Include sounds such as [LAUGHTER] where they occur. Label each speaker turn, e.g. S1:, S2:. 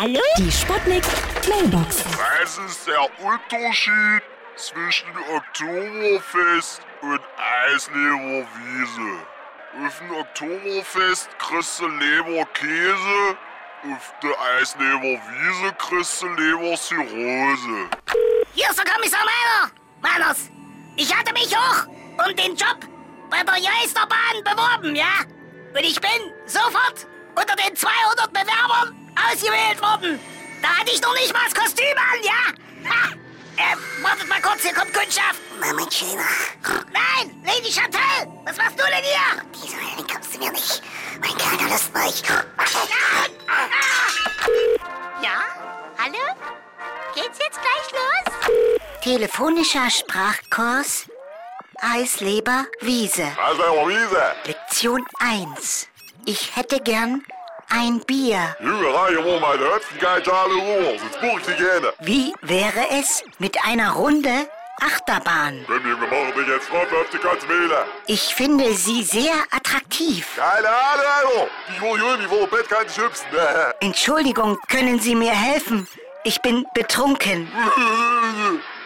S1: Hallo?
S2: Die Sputnik Mailbox.
S3: Was ist der Unterschied zwischen Oktoberfest und Eisleber Wiese? Auf dem Oktoberfest kriegst du Leberkäse, auf der Eisleber Wiese kriegst du Leberzirrhose.
S1: Hier ist der Kommissar Meiner. Meiners, ich hatte mich auch um den Job bei der Geisterbahn beworben, ja? Und ich bin sofort unter den 200 Bewerbern ausgewählt worden. Da hatte ich noch nicht mal das Kostüm an, ja? Ha! Ähm, wartet mal kurz, hier kommt Kundschaft.
S4: Moment, Schöner.
S1: Nein, Lady Chantal, was machst du denn hier?
S4: Diese Heilung kommst du mir nicht. Mein kleiner Lust bei euch.
S1: Nein! Ah!
S5: Ja? Hallo? Geht's jetzt gleich los?
S4: Telefonischer Sprachkurs. Eisleber Wiese.
S3: Eisleber Wiese!
S4: Lektion 1. Ich hätte gern ein Bier.
S3: Junge, reiche mal meine Höpfengeite alle rüber, sonst buch ich die gerne.
S4: Wie wäre es mit einer Runde Achterbahn?
S3: Komm, Junge, mach mich jetzt drauf auf die ganze Mühle.
S4: Ich finde sie sehr attraktiv.
S3: Keine Ahnung, Alter. Ich wurde jung, ich wurde Bett, kann ich hüpsen.
S4: Entschuldigung, können Sie mir helfen? Ich bin betrunken.
S3: [LAUGHS]